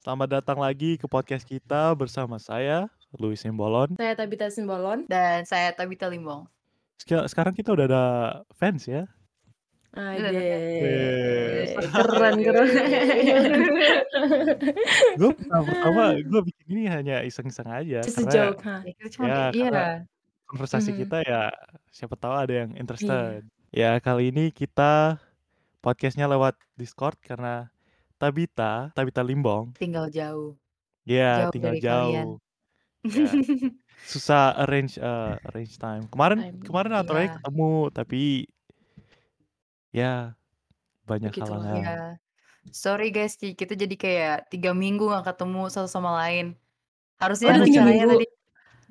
Selamat datang lagi ke podcast kita bersama saya, Louis Simbolon. Saya Tabita Simbolon. Dan saya Tabita Limbong. Seka- Sekarang kita udah ada fans ya. Ade. Yes. Keren, keren. Gue pertama gue bikin ini hanya iseng-iseng aja karena Sejauh kan. Ya, kita cuma Ya, iya. karena- konversasi Mhm. kita ya siapa tahu ada yang interested. Iya. Ya kali ini kita podcastnya lewat Discord karena Tabita, Tabita Limbong, tinggal jauh. ya Jauh tinggal dari kalian. jauh. Ya, susah arrange eh, arrange time. Kemarin Timing, kemarin aturannya iya. ketemu tapi ya banyak Begitulah halangan. ya. Sorry guys, ki- kita jadi kayak tiga minggu gak ketemu satu sama lain. Harusnya Aduh, tiga rencananya minggu. tadi.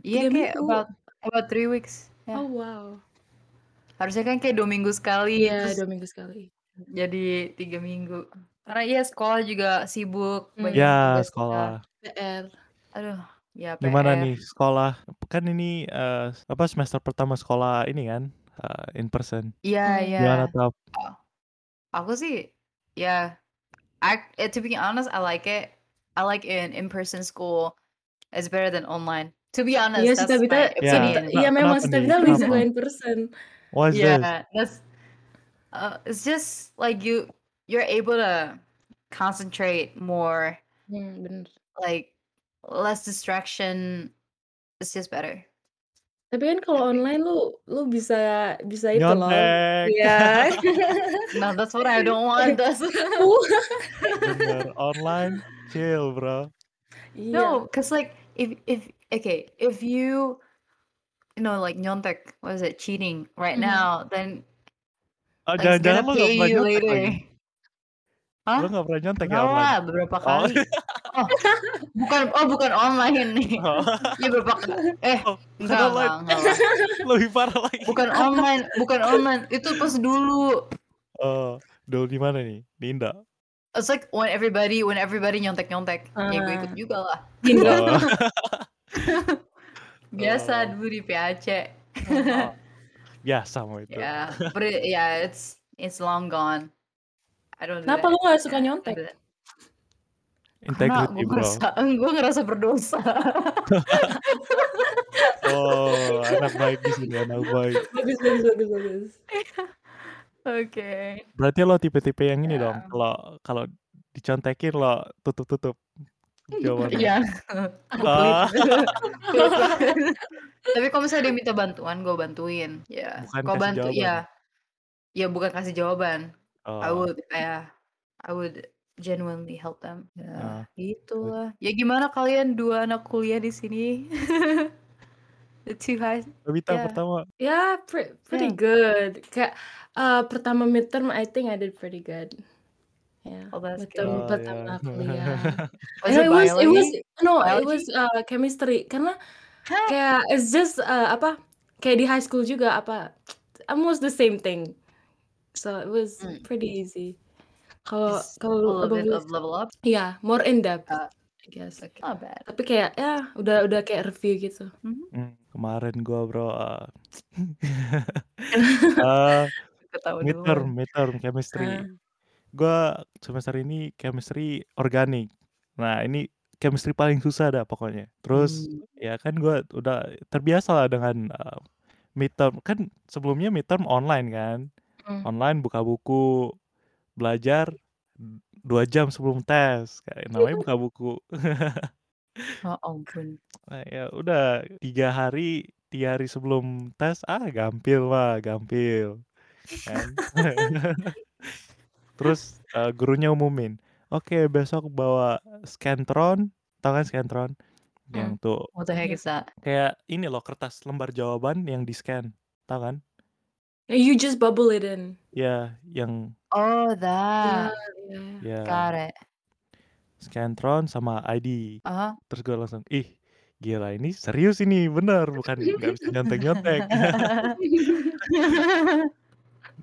Iya Tiga kayak minggu. about, about three weeks. Ya. Oh wow. Harusnya kan kayak dua minggu sekali. Iya, terus dua minggu sekali. jadi tiga minggu. Karena iya sekolah juga sibuk. Hmm. banyak Ya tugas kita. sekolah. PR. Aduh, ya PR. Gimana nih sekolah? Kan ini eh, apa semester pertama sekolah ini kan eh, in person. Iya, Hmm. iya. Gimana tap? Aku sih, ya, I, eh, to be honest, I like it. I like in in-person school. It's better than online. To be honest, Iya, si that's Tabita. my si Ya, Tabita- kena- opinion. Iya, memang kenapa si nih? Tabita lebih suka Kenapa? in person. What's this? Yeah, that's. Uh, it's just like you, you're able to concentrate more. Hmm, bener. Like less distraction. It's just better. Tapi kan kalau online lu lu bisa bisa itu loh. Nyontek. Iya. No, that's what I don't want. That's Bener. Online chill, bro. Iya. no, because like if if okay, if you you know like nyontek, what is it, cheating right Mhm. now, then Oh, Like, it's jangan-jangan gonna lu gak pay pernah you nyontek later. lagi. Hah? Lu gak pernah nyontek ya Pernah online? lah, beberapa Oh. kali. Oh, bukan oh bukan online nih. Oh, Ya berapa kali. Eh, Oh, bukan enggak, enggak, online. enggak lah. lebih parah lagi. Bukan online, bukan online. Itu pas dulu. Oh, dulu di mana nih? Di Indah. It's like when everybody when everybody nyontek-nyontek. Ya gue ikut Ah. juga lah. Tinder. Oh. Biasa Oh. dulu di PAC. Biasa mau Ya, itu. Yeah, Ya, but it, yeah, it's it's long gone. I don't do Kenapa that. lu gak suka Yeah, I nyontek? do that. Karena Integrity, gue bro. ngerasa, gue ngerasa berdosa. Oh, anak baik di sini, anak baik. Bagus, bagus, bagus, bagus. Oke. Berarti lo tipe-tipe yang ini dong. Ya. Kalau kalau dicontekin lo tutup-tutup. Jawabannya. Iya. Aku Ah. pelit. Pelit banget. Tapi kalau misalnya dia minta bantuan, gue bantuin. Ya. Bukan Kalau kasih bantu, jawaban. ya. Ya bukan kasih jawaban. I Oh, would, ya. I would genuinely help them. Ah. Ya, gitu lah. Ya gimana kalian dua anak kuliah di sini? The two high. Tabita ya. pertama. Yeah, pre- pretty Yeah. good. Kayak uh, pertama midterm, I think I did pretty good. Yeah, Oh, that's good. midterm Oh, pertama yeah. kuliah. Was No, it it was, it was, biology? no, it Biology? was uh, chemistry. Karena Hah? kayak it's just uh, apa kayak di high school juga apa almost the same thing. So it was Hmm. pretty easy. Kalau Just a kalau little bit abang of level up. ya yeah, more in depth, Ah, I guess. Okay. Not bad. Tapi kayak ya udah udah kayak review gitu. Hmm, kemarin gua bro. eh, eh, Ketawa midterm, dulu. midterm chemistry. Ah. Gua semester ini chemistry organik. Nah, ini chemistry paling susah dah pokoknya. Terus Hmm. Mm. ya kan gua udah terbiasa lah dengan eh, midterm. Kan sebelumnya midterm online kan. Hmm. Online buka buku, belajar d- dua jam sebelum tes. Kayak namanya buka buku. Oh ampun. Nah, ya udah tiga hari tiga hari sebelum tes ah gampil mah gampil kan terus eh, gurunya umumin oke besok bawa scantron tau kan scantron yang tuh What the heck Iya. is that? kayak ini loh kertas lembar jawaban yang di scan tau kan You just bubble it in. Iya, ya yang Oh, that. Yeah. ya Got it. scantron sama ID Uh huh. terus gue langsung ih gila ini serius ini bener bukan nggak bisa nyontek nyontek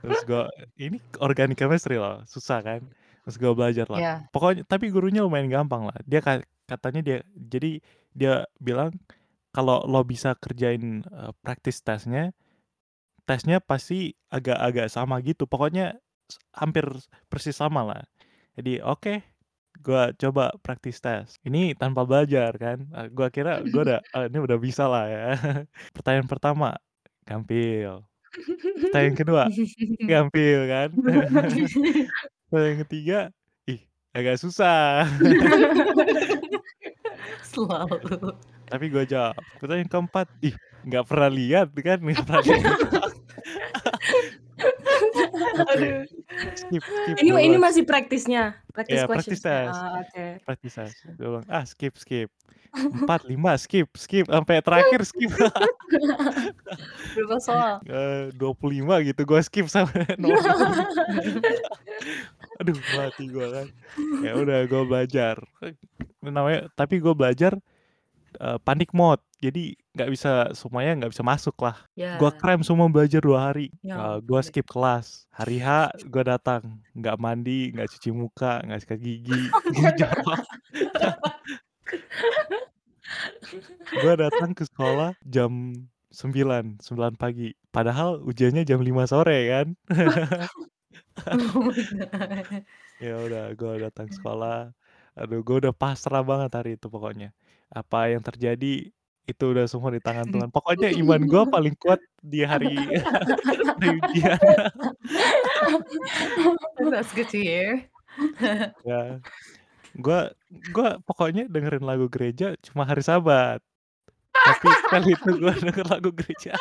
terus gue ini organic chemistry loh susah kan terus gue belajar lah yeah. pokoknya tapi gurunya lumayan gampang lah dia ka- katanya dia jadi dia bilang kalau lo bisa kerjain eh, praktis tesnya tesnya pasti agak-agak sama gitu pokoknya s- hampir persis sama lah jadi oke gua coba praktis tes. Ini tanpa belajar kan. Eh, Gua kira gua udah "Ah, ini udah bisa lah ya. Pertanyaan pertama gampil. Pertanyaan kedua gampil kan. Pertanyaan ketiga ih agak susah. Selalu. Tapi gua jawab. Pertanyaan keempat ih nggak pernah lihat kan nggak pernah lihat. Oke Aduh. skip skip Ini gua ini bilang, masih praktisnya, praktis Ya, praktis questions. tes. Ah, Oke. praktis tes. Gua bilang, ah skip skip. Empat lima skip skip sampai terakhir skip. Berubah soal. Eh, 25 gitu gua skip sama nomor aduh mati gua kan ya udah gua belajar namanya tapi gua belajar eh, panic mode jadi nggak bisa semuanya nggak bisa masuk lah Ya. gua krem semua belajar dua hari Ya Eh, gua ampun. skip kelas hari H gua datang nggak mandi nggak cuci muka nggak sikat gigi Oh, gua jawab. Gua datang ke sekolah jam 9, 9 pagi padahal ujiannya jam 5 sore kan Oh my God. Ya udah, gue datang sekolah. Aduh, gue udah pasrah banget hari itu pokoknya. Apa yang terjadi itu udah semua di tangan Tuhan. Pokoknya iman gue paling kuat di hari hari ujian. That's good to hear. Ya, gue gue pokoknya dengerin lagu gereja cuma hari Sabat. Tapi kali itu gue denger lagu gereja.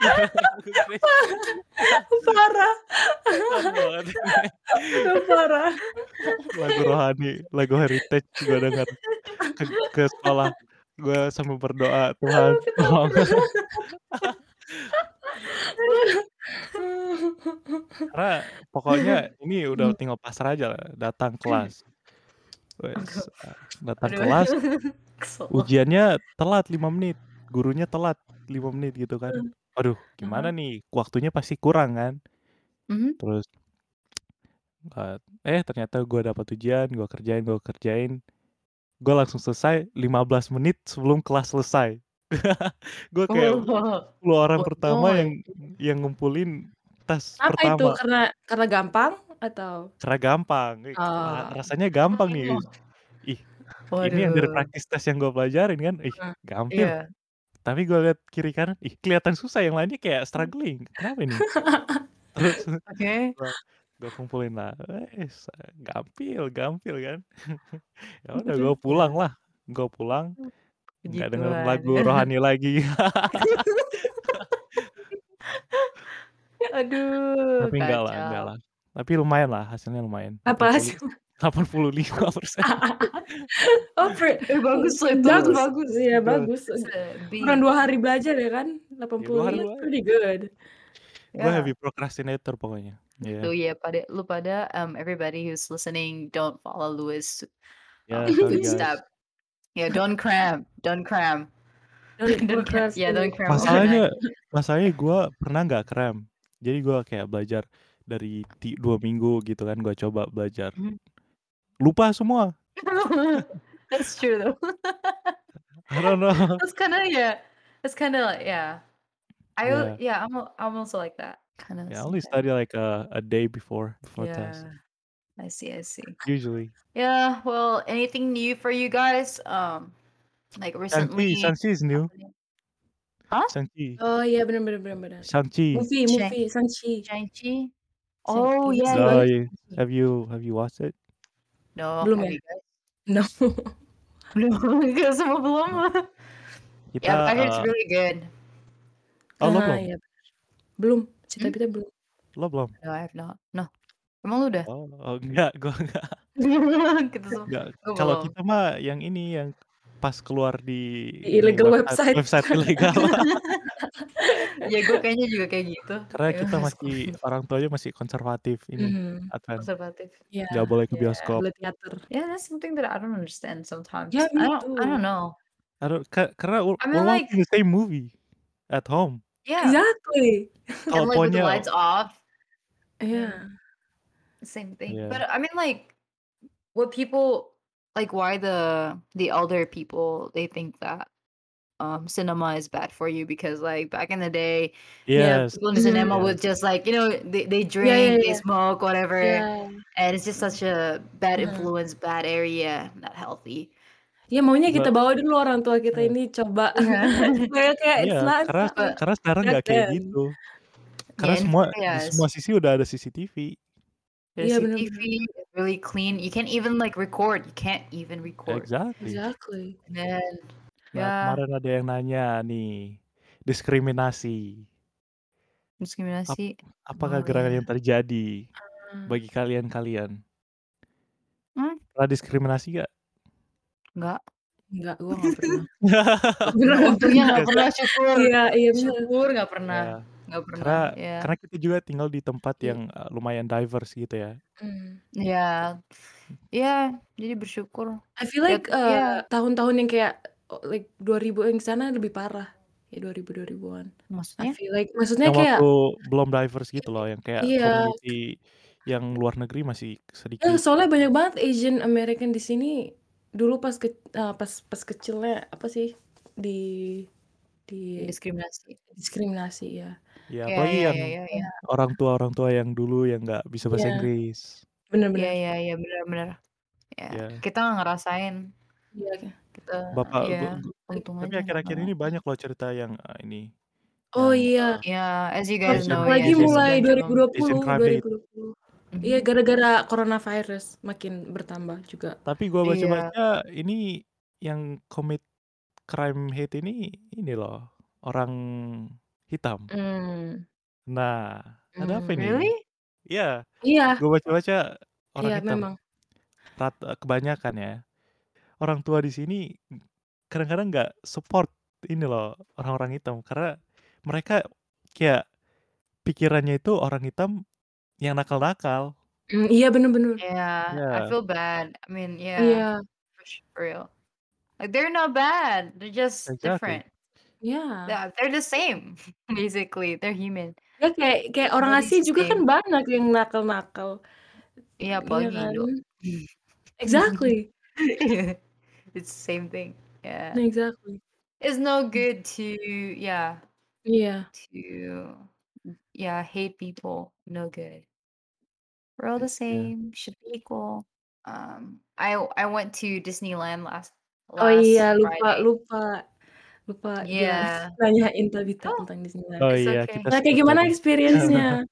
Lagu gereja Parah, banget. udah parah. lagu rohani, lagu heritage gue denger ke, ke sekolah. Gue sambil berdoa, Tuhan tolong. Karena pokoknya ini Hmm. udah tinggal pasrah aja lah, datang kelas. Wes, eh, datang Aduh. kelas, Kesel. ujiannya telat 5 menit, gurunya telat 5 menit gitu kan. Hmm. Aduh, gimana nih? Waktunya pasti kurang kan? Mhm. Terus eh eh, ternyata gue dapat ujian, gue kerjain, gue kerjain. Gue langsung selesai 15 menit sebelum kelas selesai. gue kayak Oh, 10 orang oh pertama my. yang yang ngumpulin tas Apa itu? pertama. Karena karena gampang atau? Karena gampang, eh, Ah. ra- Oh. rasanya gampang nih. Ih, ini yang dari Oh, Waduh. praktis tes yang gue pelajarin kan, ih Nah, gampil. Iya. Tapi gue lihat kiri kanan, ih kelihatan susah. Yang lainnya kayak struggling. Kenapa ini? Terus Oke. gua gua kumpulin lah eh gampil gampil kan ya udah Aduh. gua pulang lah gua pulang Puji Gitu kan. nggak dengerin Tuhan. lagu rohani lagi Aduh, tapi enggak lah enggak kacau. lah tapi lumayan lah hasilnya lumayan Apa 80 hasil? 85 persen Oh, per- Eh, bagus loh itu. bagus, bagus ya Bagus. bagus. It's a B. Kurang dua hari belajar ya kan? ya dua 80 hari ya, gua pretty good. Iya. gua Yeah. heavy procrastinator pokoknya So Gitu. ya Oh, yeah, pada lu pada um everybody who's listening, don't follow Louis ya sorry um guys footstep. Yeah, don't cram, don't cram, Don't don't cram. Yeah, procrastinate. don't cram masalahnya overnight. masalahnya gua pernah nggak krem jadi gua kayak belajar dari ti- dua minggu gitu kan gua coba belajar Hmm. Mhm. lupa semua That's true though. I don't know That's kind of yeah. That's kind of like, yeah. I al- ya yeah, I'm al- I'm also like that kind of Yeah, I only sometimes. study like a, a day before before test. Yeah, I see, I see. Usually. Yeah, well, anything new for you guys? Um, like Shang-Chi, recently, Shang-Chi is new. happening- huh? Shang-Chi. Oh iya benar benar benar benar. Shang-Chi. Movie Shang movie Sanchi. Shang-Chi. Oh Shang-Chi masih yeah, baru So you, you watched Shang-Chi? have you have you watched it? No, belum have ya? you guys? No. Belum, enggak semua belum. Yeah, Kita I heard it's uh, really good. oh lo Aha, belum? ya. Belum. Hmm? Cita-cita belum. Lo belum? No, I have not. No, emang lu udah? Oh, oh enggak, gua enggak. Kita semua, enggak. gue Kalau belum. kita mah yang ini yang pas keluar di Di ini illegal website website. website ilegal Ya gue kayaknya juga kayak gitu. karena Ya, kita pas masih orang tuanya masih konservatif ini Mhm. advance Mm-hmm. konservatif. iya. Ya, nggak boleh ke Yeah. bioskop boleh teater. Yeah, that's something that I don't understand Ya sometimes. I me don't I too. don't know. Aduh, ka- karena we're I we're mean like watching the same movie at home yeah. Exactly. Iya. And like with the teleponnya lights off. Yeah. Yeah. Same thing. yeah But I mean like what people like why the the elder people they think that. um cinema is bad for you because like back in the day, yeah, Yes. people in Mhm. cinema Yeah. would just like you know they, they drink, yeah, they yeah. smoke, whatever, Ya, and it's just such a bad Mhm. influence, bad area, not healthy. ya maunya kita Mbak- bawa dulu orang tua kita Iya. ini coba yeah, kayak kayak Iya, it's not karena But- karena sekarang nggak kayak kan. gitu. Karena and semua di yes, semua sisi udah ada CCTV. the Iya, CTV benar-benar. is really clean. You can't even like record. You can't even record. Exactly. Iya. Exactly. And then Nah, yeah, kemarin ada yang nanya nih, diskriminasi. Ap- discriminasi. apakah Oh ya? gerangan yeah. yang terjadi Ah. bagi kalian-kalian? Hmm, Pernah diskriminasi gak? enggak. Enggak, gua nggak pernah. Nah, untungnya nggak Yes. pernah syukur. Iya, iya benar. Syukur nggak pernah. Ya, Nggak pernah. karena Ya. karena kita juga tinggal di tempat Iya. yang uh, lumayan diverse gitu ya. Mm. Ya. Ya, jadi bersyukur. I feel Ya, like t- eh, ya tahun-tahun yang kayak oh, like 2000 yang sana lebih parah. Ya 2000 2000-an. I maksudnya? feel like maksudnya Yang waktu Iya, kayak belum diverse gitu loh, yang kayak iya, community yang luar negeri masih Ya, sedikit. soalnya banyak banget Asian American di sini. Dulu pas ke, eh, pas pas kecilnya apa sih di di Diskriminasi. diskriminasi ya. Ya, Ya, apalagi ya, yang ya, ya, ya. orang tua orang tua yang dulu yang nggak bisa bahasa Iya, Inggris. Ya, benar-benar. ya, ya, benar-benar. Ya, Ya, kita nggak ngerasain. Iya. Kita, bapak ya, gua, gua- untung tapi aja nggak akhir-akhir ini ngerasain. banyak loh cerita yang uh, ini, Oh iya. yang uh, Ya, as you guys Terus Asian know, ya. apalagi yes, Asian it's mulai been so long. Asian 2020, Primate. 2020. Iya, Mhm. gara-gara coronavirus makin bertambah juga. Tapi gua Iya, baca-baca ini yang commit crime hate ini ini loh orang hitam. Hmm. Nah, ada apa ini? Hmm, really? Iya, Iya, gue baca-baca orang iya hitam memang. rata kebanyakan ya. Orang tua di sini kadang-kadang nggak support ini loh orang-orang hitam karena mereka kayak pikirannya itu orang hitam yang nakal-nakal. Hmm, iya benar-benar. Yeah, I Ya, feel bad. I mean, yeah, Iya. for, sh- for real. Like they're not bad. They're just exactly. different. Iya. Yeah, they're the same. Basically, they're human. Ya kayak kayak orang Everybody's Asia the juga kan same. banyak yang nakal-nakal. Yeah, Iya Ya, apalagi kan? Indo. Exactly. it's the same thing. Yeah, Exactly. it's no good to yeah Iya. to yeah hate people. No good. We're all the Ya. same. Should be equal. Um, I I went to Disneyland last Oh iya, last lupa Friday. lupa lupa dia Yeah. nanyain Tabita Oh, tentang Disneyland. Oh it's iya, okay. kita Nah, kayak skip gimana tadi. experience-nya?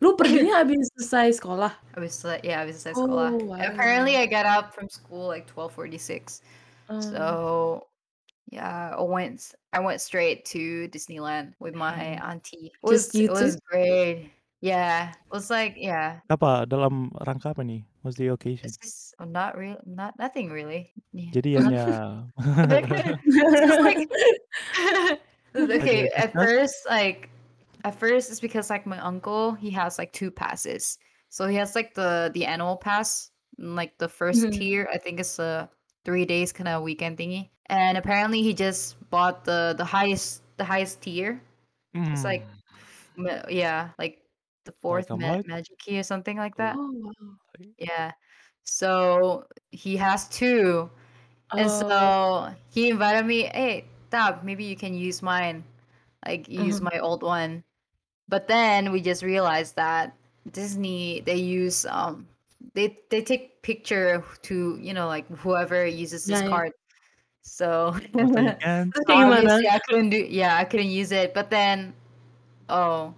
Lu perginya habis selesai sekolah? Habis sel- yeah, habis selesai sekolah. Oh, wow. Apparently I got up from school like 12:46. Oh, So, yeah, I went s- I went straight to Disneyland with my dang. auntie. It Just was you it two? was great. Yeah. It was like, yeah. Apa dalam rangka apa nih? What's the occasion? It's just oh, not real not nothing really. Yeah. Jadi Not hanya It's just like hanya okay, discuss. at first like at first it's because like my uncle he has like two passes so he has like the the annual pass and, like the first Mhm. tier i think it's a three days kind of weekend thingy and apparently he just bought the the highest the highest tier it's like Hmm, ma- yeah like the like fourth how ma- much? magic key or something like that Oh, wow. yeah so he has two and Oh, so he invited me hey tab maybe you can use mine like use mhm. my old one but then we just realized that Disney they use um they they take picture to you know like whoever uses this Ya, ya. card. So Oh, so you so can. Terus kayak gimana? obviously I couldn't do yeah, I couldn't use it. But then oh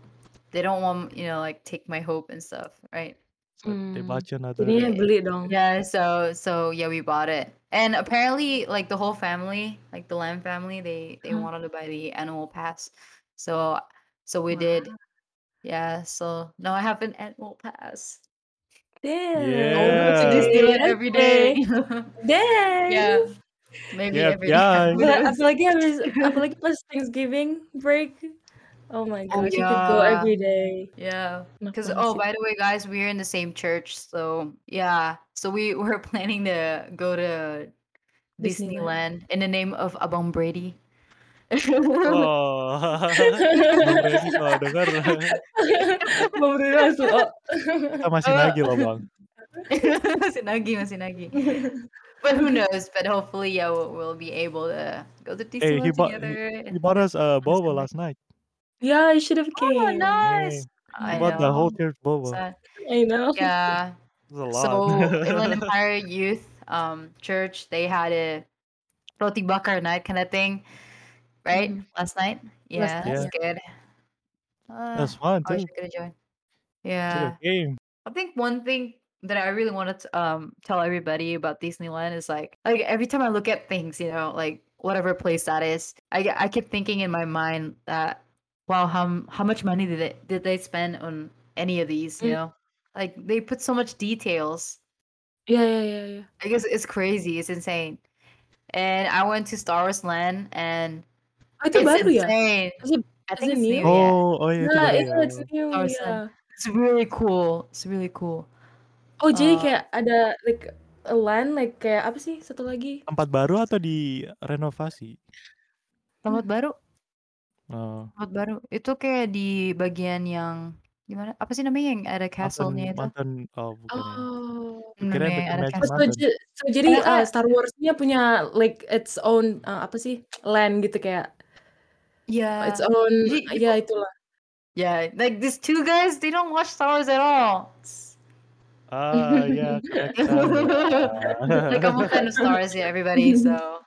they don't want you know like take my hope and stuff, right? So they Hmm. bought you another. Jadinya Yeah. beli dong. Mm-hmm. Yeah, so so yeah, we bought it. And apparently like the whole family, like the Lamb family, they they Mm-hmm. Hah, wanted to buy the annual pass. So so we Wah. did. Yeah, so now I have an annual pass. I will go to Yeah. Dang. Disneyland every Oke. day. Dang. yeah, maybe Yeah, every day. guy. Gila, apalagi habis apalagi pas Thanksgiving break. Oh my oh gosh, you could go yeah, every day. yeah. Enak Cause banget oh, sih. by the way, guys, we're in the same church, so yeah. So we were planning to go to Disneyland. Disneyland in the name of Abang Brady. Oh, Bang Randy kalau denger Bang Bruno langsung oh. kita masih Oh, nagih loh bang. masih nagi, masih nagi. but who knows? But hopefully, yeah, we'll, we'll be able to go to Hey, he DCL bought he, together. he and- bought us a boba Understand that. last night. Yeah, Ya, I should have Oh, came. Yeah, nice! he I bought the whole know. church boba. So, I know. yeah. It was a lot. So in an entire youth um church, they had a roti bakar night kind of thing, right? Mhm. Mm-hmm. Last night. Yeah, yeah, that's good. Uh, that's fun I too. wish I could have joined. Should Yeah. have came. I think one thing that I really wanted to um tell everybody about Disneyland is like like every time I look at things, you know, like whatever place that is, I get- I keep thinking in my mind that wow, how m- how much money did they did they spend on any of these, you Mm. know? Like they put so much details. Yeah, yeah, yeah, yeah. I guess it's crazy, it's insane. And I went to Star Wars Land and Oh, itu it's baru ya? insane. Is it, I is think it it's new? new, yeah. Oh, oh ya itu Iya. Nah, baru itu ya. it's new, iya. Star Wars Land. yeah. It's really cool. It's really cool. Oh, jadi Uh kayak ada like a land like kayak apa sih satu lagi? Tempat baru atau di renovasi? Eh, Hmm. tempat baru Oh, Tempat baru itu kayak di bagian yang gimana? Apa sih namanya yang ada mountain castle-nya itu? mountain oh bukan ya. Oh. Kira Namanya the yang Magic ada Oh, castle. so, Mountain. j- so jadi Ternyata uh, Star Wars-nya punya like its own uh, apa sih land gitu kayak uh, its ya. own Jadi uh, itu ya itulah. ya like these two guys they don't watch Star Wars at all. Ah ya konektan ya. like I'm a fan of Star Wars, yeah, everybody. So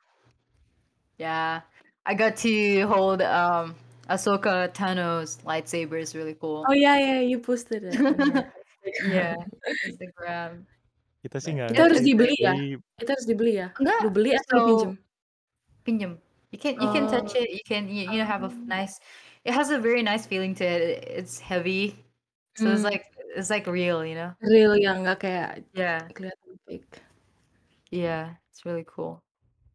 yeah, I got to hold um Ahsoka Tano's lightsaber is really cool. Oh yeah, yeah, you posted it on your yeah, Instagram. Instagram. Kita sih But nggak Itu yeah, harus ngerti it's dibeli great. ya? tapi Itu harus dibeli ya? Enggak, Lu beli atau so dipinjam? pinjam. You can you can touch Oh. it. You can you, you know have a f- Oh. nice. It has a very nice feeling to it. it- It's heavy, so it's Hmm. like it's like real. You know. Real yang nggak kayak Yeah. kelihatan fake. Yeah. It's really cool.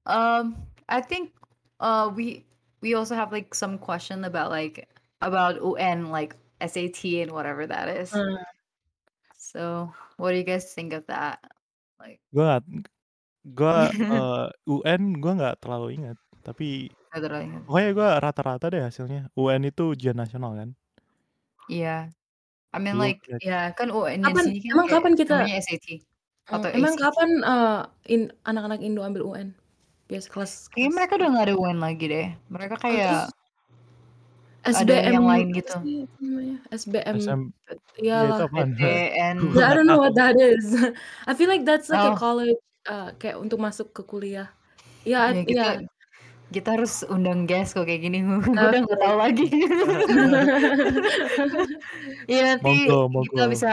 Um, I think uh we we also have like some question about like about UN like SAT and whatever that is. Hmm. So what do you guys think of that? Like gue gue I eh, UN gue nggak terlalu ingat tapi don't know. pokoknya gue rata-rata deh hasilnya UN itu ujian nasional kan Yeah. I mean dulu like kayak- yeah kan UN yang Kapan? sini kan Emang kayak kapan kita? namanya SAT Hmm, atau emang ACT. kapan eh, in- anak-anak Indo ambil UN? Biasa Kayaknya kelas-kelas. Iya, mereka udah nggak ada UN lagi deh. Mereka Oh, kayak terus ada SBM yang lain apa gitu. sih itu namanya? SBM SM ya itu iyalah. apaan PTN. gue Yeah, I nggak don't know tahu what that is. I feel like that's like a Oh, college uh, kayak untuk masuk ke kuliah. Ya, ya yeah, kita ya. kita harus undang guest kok kayak gini. Gue Yeah. udah nggak tahu lagi. Iya monggo nanti monggo kita bisa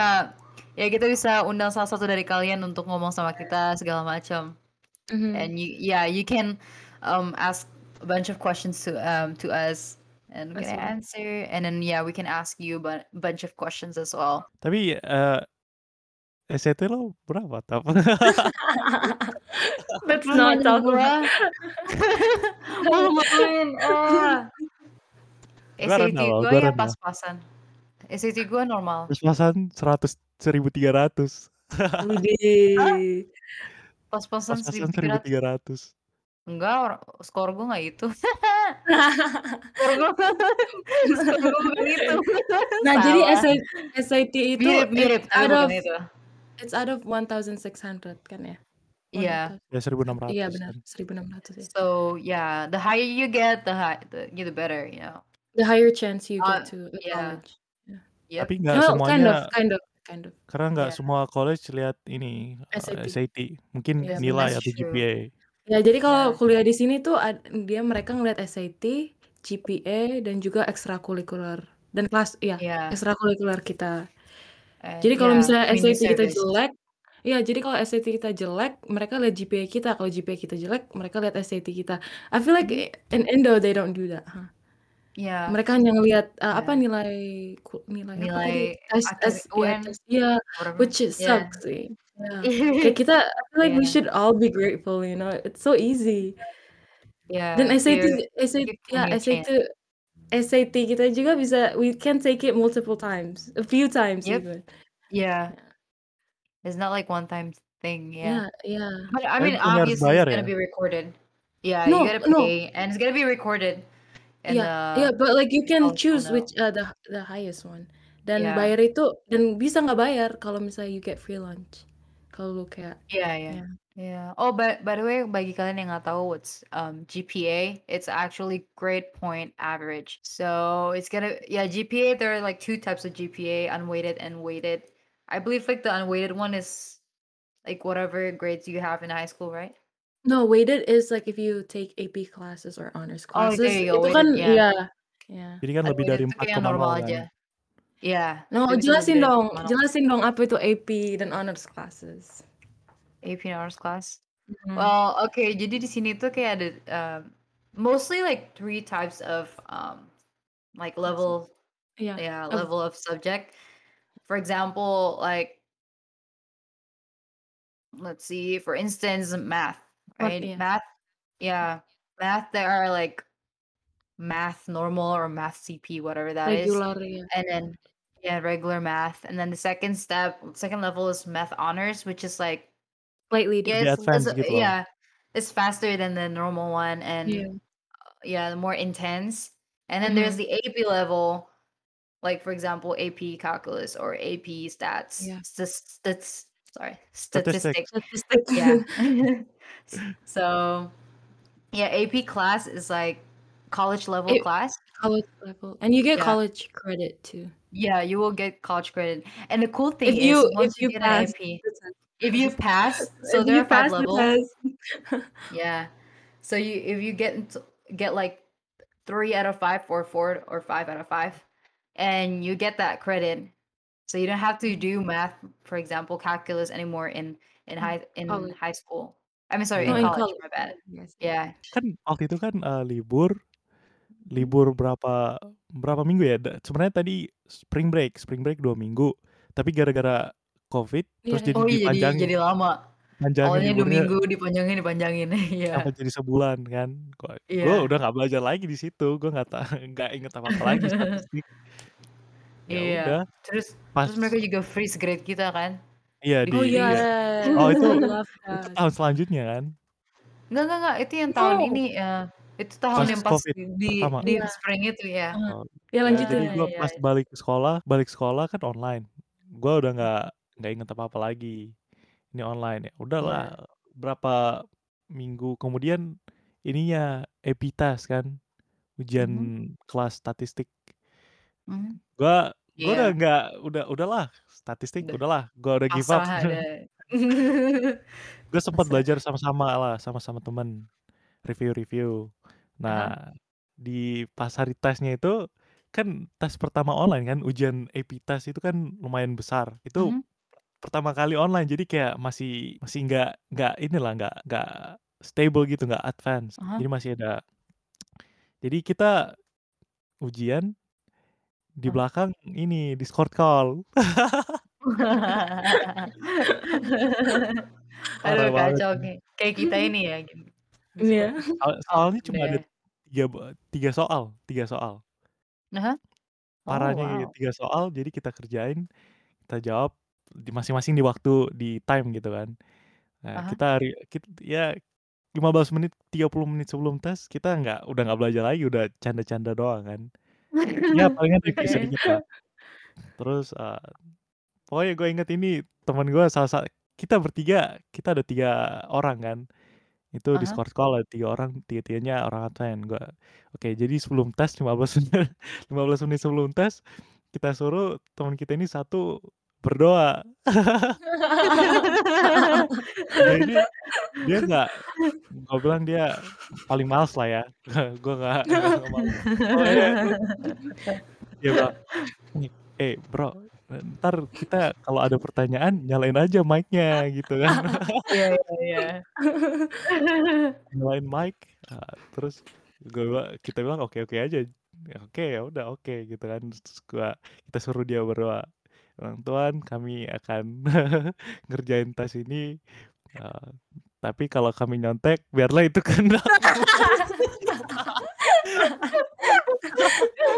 ya kita bisa undang salah satu dari kalian untuk ngomong sama kita segala macam. Mhm. And you yeah you can um ask a bunch of questions to um to us and we I can see. answer and then yeah we can ask you a bunch of questions as well. tapi eh SCT lo berapa tap Let's Lu not nanya talk gua. about. Lu main. Ah. gue SAT rendah loh gue gue ya rendah pas-pasan. SAT gue normal. pas-pasan seratus seribu tiga ratus Hah? Wih. Pas-pasan pas-pasan seribu 1300. tiga ratus Enggak, or- skor gue gak itu. skor gue skor gue bukan itu. Nah, jadi Salah. SA SAT itu Mirip-mirip it's tapi out bukan of Oh, itu. it's out of 1600 kan ya? Iya. 1000. ya seribu enam Iya ratus benar, kan 1600 ya. So yeah, the higher you get, the high, the, you the better, you know. The higher chance you Uh, get to a yeah. college. Yeah. tapi Yep. nggak Well, kind of, semuanya kind of, kind of. karena nggak Yeah. semua college lihat ini uh, SAT. SAT mungkin Ya nilai benar. That's atau true. GPA Ya, jadi kalau Yeah. kuliah di sini tuh ad- dia mereka ngelihat SAT, GPA dan juga ekstrakurikuler dan kelas ya, Yeah. ekstrakurikuler kita. And Jadi kalau yeah, misalnya community SAT kita service. jelek, ya jadi kalau SAT kita jelek, mereka lihat GPA kita. Kalau GPA kita jelek, mereka lihat SAT kita. I feel like Mhm. i- in Indo they don't do that. huh? Yeah. Mereka hanya ngelihat uh, apa Yeah. nilai ku- nilai apa tadi Nilai tes academic tes ya UN tes ya whatever. which is Mm-hmm. Yeah. sucks sih. Ya. Kayak yeah. kita I feel like we should all be grateful, you know. It's so easy. Dan Yeah. SAT You're SAT given ya your SAT chance. SAT kita juga bisa we can take it multiple times, a few times Yep. even. Yeah. Ya. It's not like one time thing. Yeah. Ya, ya. But I tapi mean, bukannya harus obviously, it's bayar gonna ya be recorded. Yeah, you No, gotta no. pay, and it's gonna be recorded, and Yeah, the yeah, but like you can college will choose Uh, know. which uh, the the highest one. Dan Yeah. bayar itu dan bisa nggak bayar kalau misalnya you get free lunch. Kalau lu kayak Yeah. Yeah. ya. Yeah. Oh, but by the way, bagi kalian yang nggak tahu what's um, GPA, it's actually grade point average. So it's gonna yeah GPA. There are like two types of GPA: unweighted and weighted. I believe like the unweighted one is like whatever grades you have in high school, right? No, weighted is like if you take AP classes or honors Oh, classes. there you go, itu weighted, kan yeah. ya. Ya. Jadi kan lebih dari Unweighted 4,0 tuh kayak normal kan. aja. Yeah. No, lebih- Nah, jelasin lebih dari dong. 4,0. Jelasin dong apa itu AP dan honors classes. AP and honors class. Hmm. Well, okay, jadi di sini tuh kayak ada um, mostly like three types of um, like level, Iya. yeah, of- level of subject. For example, like let's see, for instance, math, Math, right? yeah. Math, yeah, math. There are like math normal or math CP, whatever that is Regular ya. and then yeah regular math and then the second step second level is math honors which is like Slightly The yeah it's, it's- advanced gitu lah. yeah it's faster than the normal one and Yeah. yeah more intense and then there's Mhm. the ap level like for example ap calculus or ap stats Yeah. stas- stats sorry Statistics. statistics Statistik. yeah S- so yeah ap class is like college level It- class college level. And you get Yeah. college credit too. Yeah, you will get college credit. And the cool If thing you- is if once you, you get an pass. AP, if you pass, so If there you are pass five the levels. test. Yeah. So you if you get into, get like three out of five or four or five out of five, and you get that credit. So you don't have to do math, for example, calculus anymore in in Mm, high in college. high school. I mean, sorry, No, in in college. college. Oh, My bad. Yes. Yeah. Kan waktu itu kan eh, libur, libur berapa berapa minggu ya? Da- Sebenarnya tadi spring break, spring break dua minggu. Tapi gara-gara COVID terus Iya. jadi Oh iya, jadi dipanjangin, jadi lama. panjangin Awalnya dua liburnya minggu dipanjangin dipanjangin. Iya. sampai jadi sebulan kan. Gua, gua Iya. udah nggak belajar lagi di situ, gua nggak ta- nggak inget apa apa lagi statistik. Ya Iya. udah, Terus pas terus mereka juga freeze grade kita kan? iya di di Oh iya. yes. Oh, itu- I love itu that. tahun selanjutnya kan Enggak enggak enggak itu yang tahun No. ini eh itu tahun Oh. pas yang pas covid di di, pertama di Iya. spring itu ya. Ah, Oh, Ya ya, lanjutin. jadi Ah, gua iya, pas iya. balik ke sekolah balik sekolah kan online gua udah nggak nggak inget apa apa lagi ini online ya udahlah Iya. berapa minggu kemudian ininya epitas kan ujian Mhm, kelas statistik mhm. gua gua Iya. udah nggak udah udahlah statistik Udah udahlah gua udah give up pasrah ada. gue sempat Pasrah. belajar sama-sama lah sama-sama temen review-review Aha. nah di pas hari tesnya itu kan tes pertama online kan ujian AP tes itu kan lumayan besar itu Mhm. pertama kali online jadi kayak masih masih nggak nggak inilah nggak nggak stable gitu nggak advance Aha. jadi masih ada jadi kita ujian di Ah. belakang ini Discord call parah Aduh banget kacau nih. Kayak kita ini ya. gini. Iya. Soal- Oh, soalnya cuma ada deh. tiga tiga soal tiga soal Aha. Nah, Oh, parahnya gitu, wow. tiga soal jadi kita kerjain kita jawab di masing-masing di waktu di time gitu kan nah, Aha. kita hari kita, ya 15 menit 30 menit sebelum tes kita nggak udah nggak belajar lagi udah canda-canda doang kan ya palingan Oke. revisi dikit lah terus eh, pokoknya gue inget ini teman gue salah satu kita bertiga kita ada tiga orang kan itu Aha. Discord call ada tiga orang tiga tiganya orang advent gua oke jadi sebelum tes 15 menit 15 menit sebelum tes kita suruh teman kita ini satu berdoa dia ini dia nggak gua bilang dia paling males lah ya gua nggak gua nggak mau oh iya lu- dia bilang "Nih, eh bro ntar kita kalau ada pertanyaan nyalain aja mic-nya gitu kan Iya, iya, iya. nyalain mic ah, terus gue kita bilang oke oke aja Ya, oke ya udah oke gitu kan terus gua kita suruh dia berdoa orang tuan kami akan ngerjain tas ini ah, tapi kalau kami nyontek kan." biarlah itu kehendakmu